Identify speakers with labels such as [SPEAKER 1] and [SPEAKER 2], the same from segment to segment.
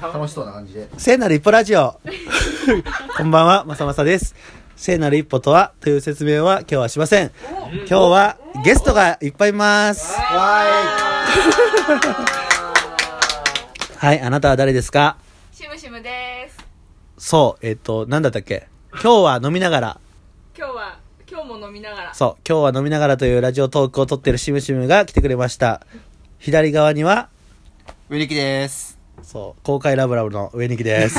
[SPEAKER 1] 楽しそうな感じで。
[SPEAKER 2] 聖なる一歩ラジオ こんばんは、まさまさです。聖なる一歩とはという説明は今日はしません。今日はゲストがいっぱいいます。
[SPEAKER 1] わ
[SPEAKER 2] はい、あなたは誰ですか
[SPEAKER 3] しむしむです
[SPEAKER 2] そう、えっ、と、なんだったっけ今日は飲みながら。
[SPEAKER 3] 今日は今日も飲みながら
[SPEAKER 2] そう、今日は飲みながらというラジオトークを撮ってるしむしむが来てくれました。左側には、
[SPEAKER 1] ーい。ウリキです。
[SPEAKER 2] そう、公開ラブラブの上にきです。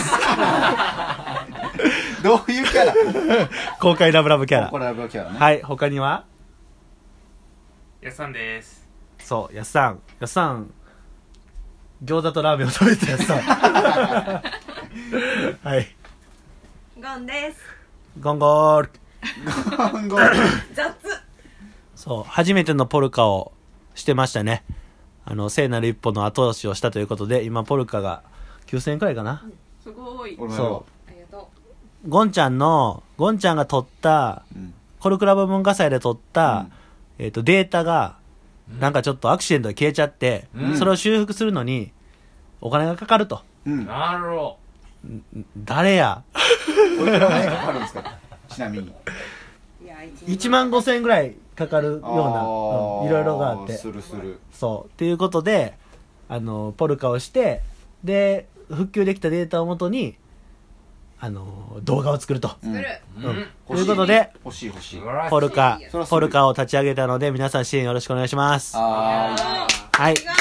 [SPEAKER 1] どういうキャラ
[SPEAKER 2] 公開ラブラブキャ
[SPEAKER 1] こ。れラブキャラ ね。
[SPEAKER 2] はい、他には
[SPEAKER 4] やっさんです
[SPEAKER 2] そう、やっさん。やっさん、餃子とラーメンを食べてたや っさん。はい。
[SPEAKER 3] ゴンです
[SPEAKER 2] ゴンゴール。
[SPEAKER 1] 今後、
[SPEAKER 3] 雑
[SPEAKER 2] そう、初めてのポルカをしてましたね。あの、聖なる一歩の後押しをしたということで、今ポルカが9000円くらいかな。
[SPEAKER 3] すごい
[SPEAKER 1] 俺もや
[SPEAKER 2] そ
[SPEAKER 1] ろ
[SPEAKER 3] ありがと
[SPEAKER 2] う。ゴンちゃんの、ゴンちゃんが撮った、
[SPEAKER 1] う。うん。
[SPEAKER 2] コルクラブ文化祭で撮った、えっ、と、データが、なんかちょっとアクシデントで消えちゃって、
[SPEAKER 1] うん
[SPEAKER 2] それを修復するのに、お金がかかると。
[SPEAKER 1] うん。
[SPEAKER 4] なるほ
[SPEAKER 2] 誰や
[SPEAKER 1] おいくらぐらいかかるんですかちなみに。よ
[SPEAKER 3] ういや一日
[SPEAKER 2] 1万5千円ぐらいかかるような、うんいろいろがあって
[SPEAKER 1] するする。
[SPEAKER 2] そうっていうことであのポルカをしてで復旧できたデータをもとにあの動画を作ると、
[SPEAKER 1] うん
[SPEAKER 3] する
[SPEAKER 4] どうん
[SPEAKER 2] ということで
[SPEAKER 1] 欲しい欲しい欲し
[SPEAKER 4] 素
[SPEAKER 1] い。
[SPEAKER 4] 晴らしい
[SPEAKER 2] ポルカ
[SPEAKER 1] そらする
[SPEAKER 2] ポルカを立ち上げたので皆さん支援よろしくお願いします
[SPEAKER 1] あー
[SPEAKER 3] あー
[SPEAKER 2] は
[SPEAKER 3] あ
[SPEAKER 2] い
[SPEAKER 3] りがと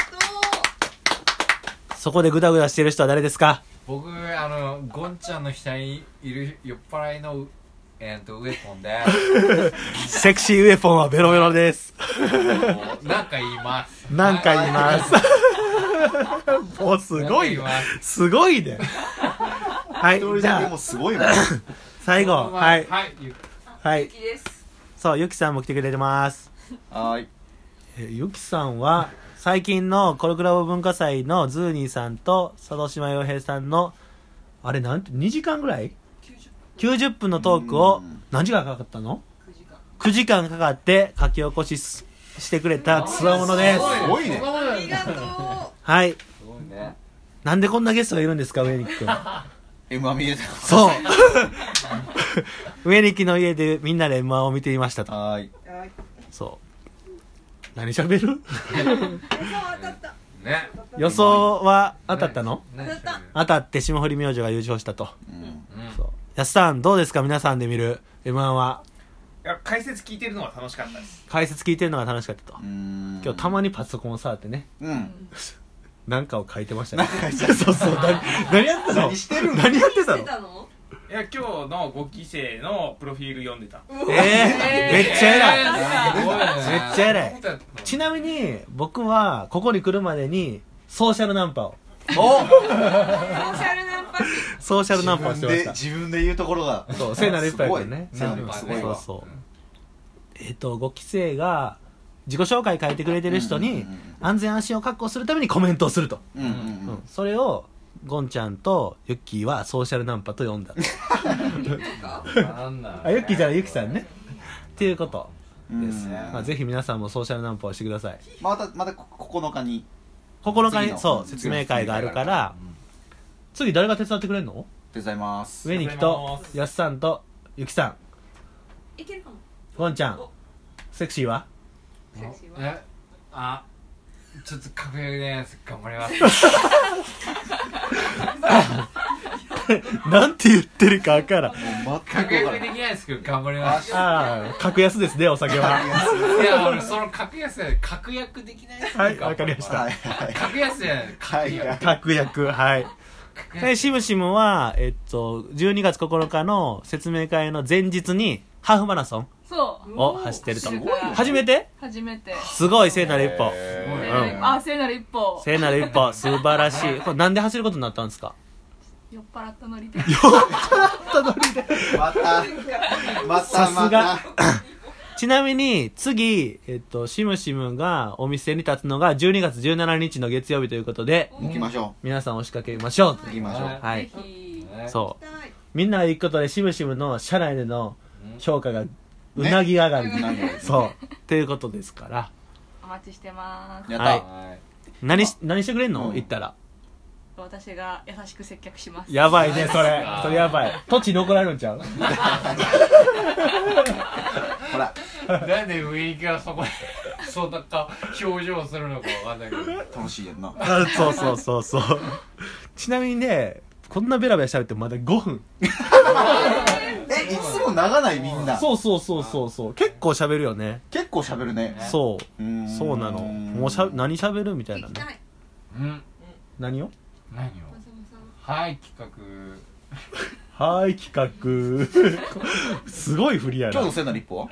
[SPEAKER 2] そこでグダグダしてる人は誰ですか
[SPEAKER 5] 僕あのゴンちゃんの額にいる酔っ払いのうえー、とウエポン で
[SPEAKER 2] セクシーウェポンはベロベ ロです
[SPEAKER 5] なんか言います
[SPEAKER 2] なんか言います もうすごい
[SPEAKER 5] なんか言います
[SPEAKER 2] すごいねはい
[SPEAKER 1] 一人
[SPEAKER 2] じ
[SPEAKER 1] だけ
[SPEAKER 2] ゃ
[SPEAKER 1] も
[SPEAKER 2] あ
[SPEAKER 1] すごいもん。
[SPEAKER 2] 最後
[SPEAKER 5] 僕
[SPEAKER 2] はい
[SPEAKER 5] はい言う
[SPEAKER 2] は
[SPEAKER 3] うゆ
[SPEAKER 2] い
[SPEAKER 3] きです
[SPEAKER 2] そうゆきさんも来てくれてます
[SPEAKER 1] はーい。
[SPEAKER 2] えーゆきさんは最近のコルクラボ文化祭のズーニーさんと佐渡島洋平さんのあれなんて2時間ぐらい90分のトーク
[SPEAKER 1] う
[SPEAKER 2] を
[SPEAKER 1] ん
[SPEAKER 2] 何時間かかったの9時間かかって書き起こしすしてくれたつわものです
[SPEAKER 5] す
[SPEAKER 1] すごいね
[SPEAKER 5] そんなこと
[SPEAKER 3] あ
[SPEAKER 5] な
[SPEAKER 3] り
[SPEAKER 5] い
[SPEAKER 3] がとう
[SPEAKER 2] はい
[SPEAKER 1] ね。
[SPEAKER 2] なんでこんなゲストがいるんですか上にきくん
[SPEAKER 1] M は見れた。
[SPEAKER 2] そう 上にきの家でみんなで M−1 を見ていましたと
[SPEAKER 1] はーい。
[SPEAKER 3] あ
[SPEAKER 2] そう何喋る
[SPEAKER 3] そう当たった
[SPEAKER 5] ね
[SPEAKER 2] 予想は当たったの
[SPEAKER 5] 何
[SPEAKER 3] 当たった
[SPEAKER 5] 喋る
[SPEAKER 2] 当たって霜降り明星が優勝したと
[SPEAKER 1] うん。
[SPEAKER 5] うんい
[SPEAKER 2] そう。安さん、どうですか皆さんで見る M1 は。
[SPEAKER 4] や解説聞いてるのが楽しかったです
[SPEAKER 2] 解説聞いてるのが楽しかったと
[SPEAKER 1] う。ん
[SPEAKER 2] 今日たまにパソコンを触ってね、
[SPEAKER 1] うん。
[SPEAKER 2] なんかを書いてましたね。 そうそう。な何やってたの
[SPEAKER 1] 何してるの
[SPEAKER 2] 何やってた
[SPEAKER 3] 知
[SPEAKER 2] の
[SPEAKER 3] ってたの
[SPEAKER 4] いや今日のご期生のプロフィール読んでた
[SPEAKER 2] ええめっちゃ偉い。
[SPEAKER 5] すごいね
[SPEAKER 2] めっちゃ偉い
[SPEAKER 5] そうだったの
[SPEAKER 2] ちなみに、僕は、ここに来るまでに、ソーシャルナンパを。
[SPEAKER 3] ソーシャルナンパ師
[SPEAKER 2] ソーシャルナンパをし
[SPEAKER 1] 自
[SPEAKER 2] てま
[SPEAKER 1] 分
[SPEAKER 2] し
[SPEAKER 1] で
[SPEAKER 2] た。
[SPEAKER 1] 自分で言うところが
[SPEAKER 2] そう、聖なる一杯だよね。
[SPEAKER 1] すごい
[SPEAKER 2] そう
[SPEAKER 5] すご
[SPEAKER 2] そ
[SPEAKER 5] いうわ
[SPEAKER 2] そう。えっと、5期生が、自己紹介書いてくれてる人
[SPEAKER 1] うんうん
[SPEAKER 2] に
[SPEAKER 1] うんうん、
[SPEAKER 2] 安全安心を確保するためにコメントをすると。
[SPEAKER 1] うんうんうん
[SPEAKER 2] それをゴンちゃんとユッキーはソーシャルナンパと呼んだ
[SPEAKER 5] なんだろうね
[SPEAKER 2] あユッキーじゃないユキさんねっていうこと
[SPEAKER 1] うん
[SPEAKER 2] です、まあ、ぜひ皆さんもソーシャルナンパをしてください
[SPEAKER 1] またまた9日に
[SPEAKER 2] 9日
[SPEAKER 1] 次
[SPEAKER 2] に
[SPEAKER 1] の
[SPEAKER 2] そう
[SPEAKER 1] 次の
[SPEAKER 2] 説明会があるから次誰が手伝ってくれるの
[SPEAKER 1] 手伝います
[SPEAKER 2] 上にきとやっさんとユキさん
[SPEAKER 3] いけるかも
[SPEAKER 2] ゴンちゃん
[SPEAKER 3] お
[SPEAKER 2] セクシーは
[SPEAKER 3] セクシーは
[SPEAKER 5] えあちょっと確約です頑張ります
[SPEAKER 2] なんて言ってるかわからん
[SPEAKER 1] もう全く分
[SPEAKER 5] 確
[SPEAKER 1] か
[SPEAKER 5] 約
[SPEAKER 1] らな
[SPEAKER 5] で
[SPEAKER 1] い
[SPEAKER 5] きないですけど頑張ります
[SPEAKER 2] ああ格安ですねお酒は
[SPEAKER 5] いや俺その格安で確約できないですけど
[SPEAKER 2] はいわかりました
[SPEAKER 1] はいはい
[SPEAKER 5] 格安じゃない
[SPEAKER 1] はい
[SPEAKER 5] 格安
[SPEAKER 2] 確約はい
[SPEAKER 5] 格安
[SPEAKER 2] でシムシムはえっと12月9日の説明会の前日にハーフマラソン
[SPEAKER 6] そう
[SPEAKER 2] を走ってると
[SPEAKER 6] すごいね
[SPEAKER 2] 初めて
[SPEAKER 6] 初めて
[SPEAKER 2] すごい聖なる一歩
[SPEAKER 1] え
[SPEAKER 5] ごい
[SPEAKER 6] 聖
[SPEAKER 5] ね
[SPEAKER 6] なるあ聖なる一歩
[SPEAKER 2] 聖なる一歩素晴らしいこれなんで走ることになったんですか
[SPEAKER 6] 酔っ払ったノリで
[SPEAKER 1] ーまたま
[SPEAKER 2] さ
[SPEAKER 1] た
[SPEAKER 2] す
[SPEAKER 1] ま
[SPEAKER 2] が
[SPEAKER 1] た
[SPEAKER 2] ちなみに次、えっと、シムシムがお店に立つのが12月17日の月曜日ということで
[SPEAKER 1] 行きましょ
[SPEAKER 2] 皆さん押しかけましょう
[SPEAKER 1] う行きましょう
[SPEAKER 2] は
[SPEAKER 6] ぜ
[SPEAKER 2] い
[SPEAKER 6] ひ
[SPEAKER 5] ね
[SPEAKER 2] そう
[SPEAKER 3] 行きたい
[SPEAKER 2] みんなが行くことでシムシムの社内での評価がうなぎ上がる、
[SPEAKER 1] うなぎ上がる
[SPEAKER 2] そうっていうことですから
[SPEAKER 6] お待ちしてます
[SPEAKER 1] やっ
[SPEAKER 2] は
[SPEAKER 1] た
[SPEAKER 2] い何し何してくれんの、
[SPEAKER 1] うん
[SPEAKER 2] 行ったら
[SPEAKER 6] 私が優しく接客します
[SPEAKER 2] やばいねそれそれやばい土地残られるんちゃう
[SPEAKER 1] ほら
[SPEAKER 5] なんで上にからそこにそんな顔表情するのかわかんないけど
[SPEAKER 1] 楽しいやんな
[SPEAKER 2] あ そうそうそうそうちなみにねこんなベラベラ喋ってもまだ5分
[SPEAKER 1] えいつも長ないみんな
[SPEAKER 2] そうそうそうそうそう結構喋るよね
[SPEAKER 1] 結構喋るね
[SPEAKER 5] ね
[SPEAKER 2] そうう
[SPEAKER 1] ーん
[SPEAKER 2] そうなのもうしゃ何喋るみたいなね
[SPEAKER 3] ない
[SPEAKER 5] うん
[SPEAKER 2] 何を
[SPEAKER 5] 何を
[SPEAKER 3] まさむさん
[SPEAKER 5] はい企
[SPEAKER 2] はーい企画 すごい振りや
[SPEAKER 1] 今
[SPEAKER 2] な
[SPEAKER 1] 日のせいなら一歩は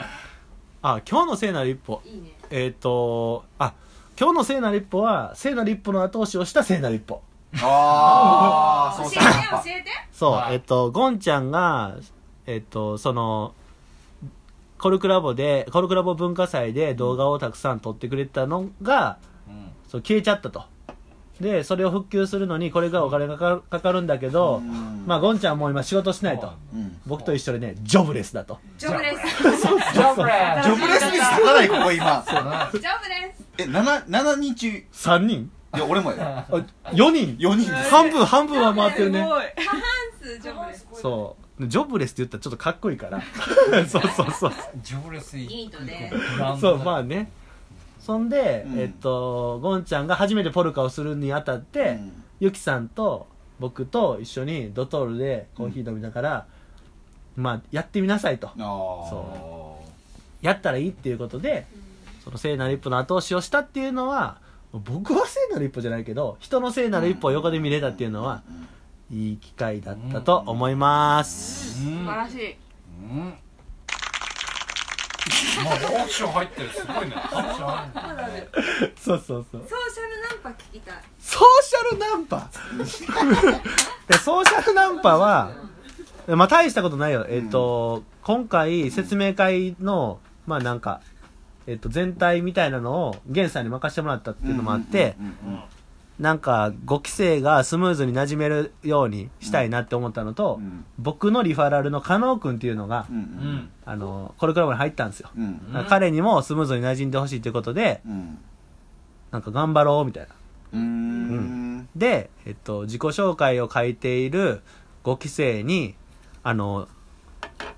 [SPEAKER 2] あ今日の聖なる一歩
[SPEAKER 3] いいね
[SPEAKER 2] えっ、とあ今日の聖なる一歩は聖なる一歩の後押しをした聖なる一歩
[SPEAKER 1] あ
[SPEAKER 3] 教えて
[SPEAKER 1] だやっぱ
[SPEAKER 3] 教えて
[SPEAKER 2] そう、
[SPEAKER 5] はい
[SPEAKER 2] えっと、ゴンちゃんが、えっと、その、コルクラボで、コルクラボ文化祭で動画をたくさん撮ってくれてたのが、
[SPEAKER 5] 画うん
[SPEAKER 2] そう消えちゃったと。で、それを復旧するのに、これがお金がかかるかかるんだけど、
[SPEAKER 1] うん
[SPEAKER 2] まあ、ゴンちゃんも今仕事しないと。
[SPEAKER 1] うん
[SPEAKER 2] 僕と一緒でね、ジョブレスだと。
[SPEAKER 3] ジョブです
[SPEAKER 5] ジョブレ
[SPEAKER 1] ジョブレスに咲かないここ今
[SPEAKER 5] ス
[SPEAKER 3] ジョブです
[SPEAKER 1] え七七人中い
[SPEAKER 2] 3人
[SPEAKER 1] や俺もや
[SPEAKER 2] あ ?4 人
[SPEAKER 1] 四人です
[SPEAKER 2] 半分、半分は回ってるね。
[SPEAKER 3] スジョブです
[SPEAKER 2] そう。ジョブレスって言ったらちょっとかっこいいから。そうそうそう。
[SPEAKER 5] ジョブレスい
[SPEAKER 3] いいとね
[SPEAKER 2] そうまあねそんで、
[SPEAKER 1] うん
[SPEAKER 2] えっとゴンちゃんが初めてポルカをするにあたって、
[SPEAKER 1] うん
[SPEAKER 2] ユキさんと僕と一緒にドトールでコーヒー飲みながら、まあやってみなさいと
[SPEAKER 1] あ
[SPEAKER 2] そ
[SPEAKER 1] そ
[SPEAKER 2] やったらいいっていうことでその聖なる一歩の後押しをしたっていうのは僕は聖なる一歩じゃないけど人の聖なる一歩を横で見れたっていうのは、いい機会だったと思います、
[SPEAKER 5] う
[SPEAKER 6] 素
[SPEAKER 5] ん
[SPEAKER 6] 晴らしい
[SPEAKER 5] うんもう拍手入ってるすごいね拍手入るね
[SPEAKER 2] そうそうそう
[SPEAKER 3] ソーシャルナンパ聞きたい
[SPEAKER 2] ソーシャルナン パでソーシャルナンパは、まあ、大したことないよ。えっ、と、今回説明会の、まあなんか、えっ、と、全体みたいなのを、ゲンさんに任せてもらったっていうのもあって、
[SPEAKER 1] うんうんうん
[SPEAKER 2] なんか、5期生がスムーズに馴染めるようにしたいなって思ったのと、
[SPEAKER 1] うん
[SPEAKER 2] 僕のリファラルの加納くんっていうのが、
[SPEAKER 1] うん
[SPEAKER 5] うんうん
[SPEAKER 2] あの、コルクラボに入ったんですよ。
[SPEAKER 1] うんうん
[SPEAKER 5] うん
[SPEAKER 2] 彼にもスムーズに馴染んでほしいということで、
[SPEAKER 1] うん
[SPEAKER 2] なんか頑張ろうみたいな。
[SPEAKER 1] うーん
[SPEAKER 2] で、えっと、自己紹介を書いている5期生に、あの、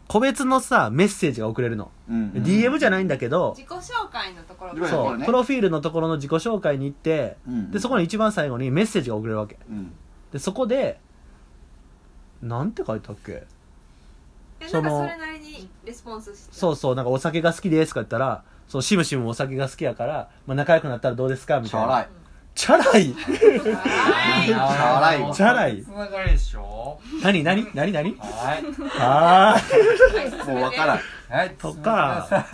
[SPEAKER 2] 個別のさ、メッセージが送れるの。
[SPEAKER 1] うんうん
[SPEAKER 2] DM じゃないんだけど
[SPEAKER 3] 自、己紹介のところ
[SPEAKER 1] 自己紹
[SPEAKER 2] そ
[SPEAKER 1] 介
[SPEAKER 2] う、
[SPEAKER 1] ね
[SPEAKER 2] プロフィールのところの自己紹介に行って、
[SPEAKER 1] うん
[SPEAKER 2] で、そこに一番最後にメッセージが送れるわけ。
[SPEAKER 1] うん
[SPEAKER 2] で、そこで、なんて書いたっけ
[SPEAKER 3] えな
[SPEAKER 2] そ
[SPEAKER 3] んか
[SPEAKER 2] の
[SPEAKER 3] それなりにレスポンスして
[SPEAKER 2] そうそう、なんかお酒が好きですとか言ったら、そう、しむしむお酒が好きやから、まあ仲良くなったらどうですかみ
[SPEAKER 1] チ
[SPEAKER 2] たい
[SPEAKER 1] ャラ
[SPEAKER 2] な。
[SPEAKER 1] い
[SPEAKER 2] チャラい
[SPEAKER 5] チ
[SPEAKER 1] ャラいわ
[SPEAKER 2] チャラい
[SPEAKER 5] つながりでしょ
[SPEAKER 2] 何何何何
[SPEAKER 5] はい
[SPEAKER 2] あー。
[SPEAKER 1] もうわからん
[SPEAKER 5] はい
[SPEAKER 2] とか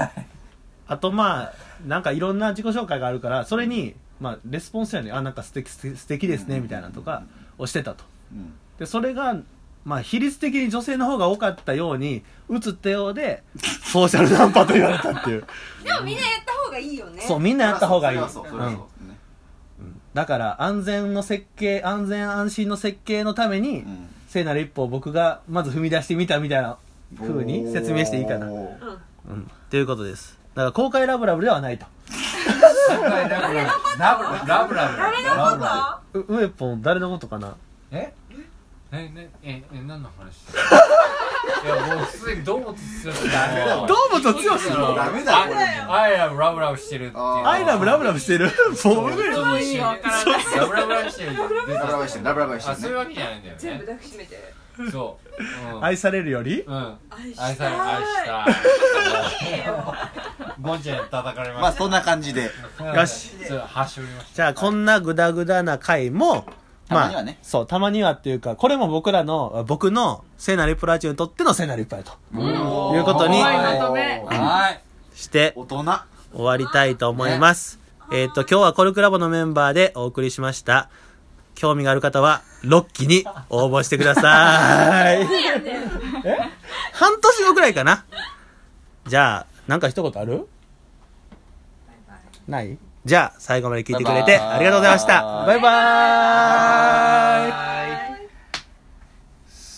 [SPEAKER 2] あとまあなんかいろんな自己紹介があるからそれに、まあ、レスポンスやねあなんか素敵素敵素敵ですねみたいなとかをしてたと
[SPEAKER 1] うん
[SPEAKER 2] でそれがまあ比率的に女性の方が多かったように映ったようで ソーシャルナンパと言われたっていう
[SPEAKER 3] でもみんなやった方がいいよ ね
[SPEAKER 2] そうみんなやった方がいい、
[SPEAKER 1] それはそうそれはそうね
[SPEAKER 2] うんだから安全の設計安全安心の設計のために、
[SPEAKER 1] うん
[SPEAKER 2] 聖なる一歩を僕がまず踏み出してみたみたいな風に説明していいかな
[SPEAKER 1] おー
[SPEAKER 2] うんということですだから公開ラブラブではないと
[SPEAKER 5] ラブラブラブ
[SPEAKER 3] 誰の
[SPEAKER 5] ラ
[SPEAKER 3] こ
[SPEAKER 5] ブラ
[SPEAKER 3] と
[SPEAKER 2] うウエポン誰のことかな
[SPEAKER 5] ブええねええ何の話してるいやもうすでにどうもとつよしダメだ
[SPEAKER 2] どうもと剛
[SPEAKER 1] ダメだよこれ
[SPEAKER 5] アイラブラブラブしてるっていう
[SPEAKER 2] アイラブラブラブして るもう
[SPEAKER 5] ブ
[SPEAKER 2] ね
[SPEAKER 5] ラブしてるラブラブラブしてる
[SPEAKER 1] ラブラブしてるラブラブ
[SPEAKER 5] あ
[SPEAKER 1] して
[SPEAKER 5] そ
[SPEAKER 1] る
[SPEAKER 5] ういう
[SPEAKER 1] ね
[SPEAKER 5] わけじゃないんだよ
[SPEAKER 3] 全
[SPEAKER 5] ね
[SPEAKER 3] 部抱きしめて
[SPEAKER 5] そううん
[SPEAKER 2] 愛されるより
[SPEAKER 5] うん
[SPEAKER 3] 愛し
[SPEAKER 5] 愛され
[SPEAKER 3] た
[SPEAKER 5] 愛
[SPEAKER 3] い
[SPEAKER 5] したゴンちゃんに叩かれ
[SPEAKER 1] ま
[SPEAKER 5] ま
[SPEAKER 1] あ
[SPEAKER 5] し
[SPEAKER 1] そんな感じで
[SPEAKER 5] た
[SPEAKER 2] よし
[SPEAKER 5] そうはしょりました
[SPEAKER 2] じゃあこんなグダグダな回も
[SPEAKER 1] たまにはね
[SPEAKER 2] あ、そうたまにはっていうかこれも僕らのあ僕の聖なるプラチオにとっての聖なる一杯と
[SPEAKER 5] と
[SPEAKER 2] いうことに
[SPEAKER 6] まとめ
[SPEAKER 5] はい
[SPEAKER 2] して
[SPEAKER 1] 大人は
[SPEAKER 2] 終わりたいと思います、えっ、と今日はコルクラボのメンバーでお送りしました興味がある方は6期に応募してください半年後くらいかなじゃあなんか一言あるないじゃあ最後まで聞いてくれてありがとうございましたバイバーイ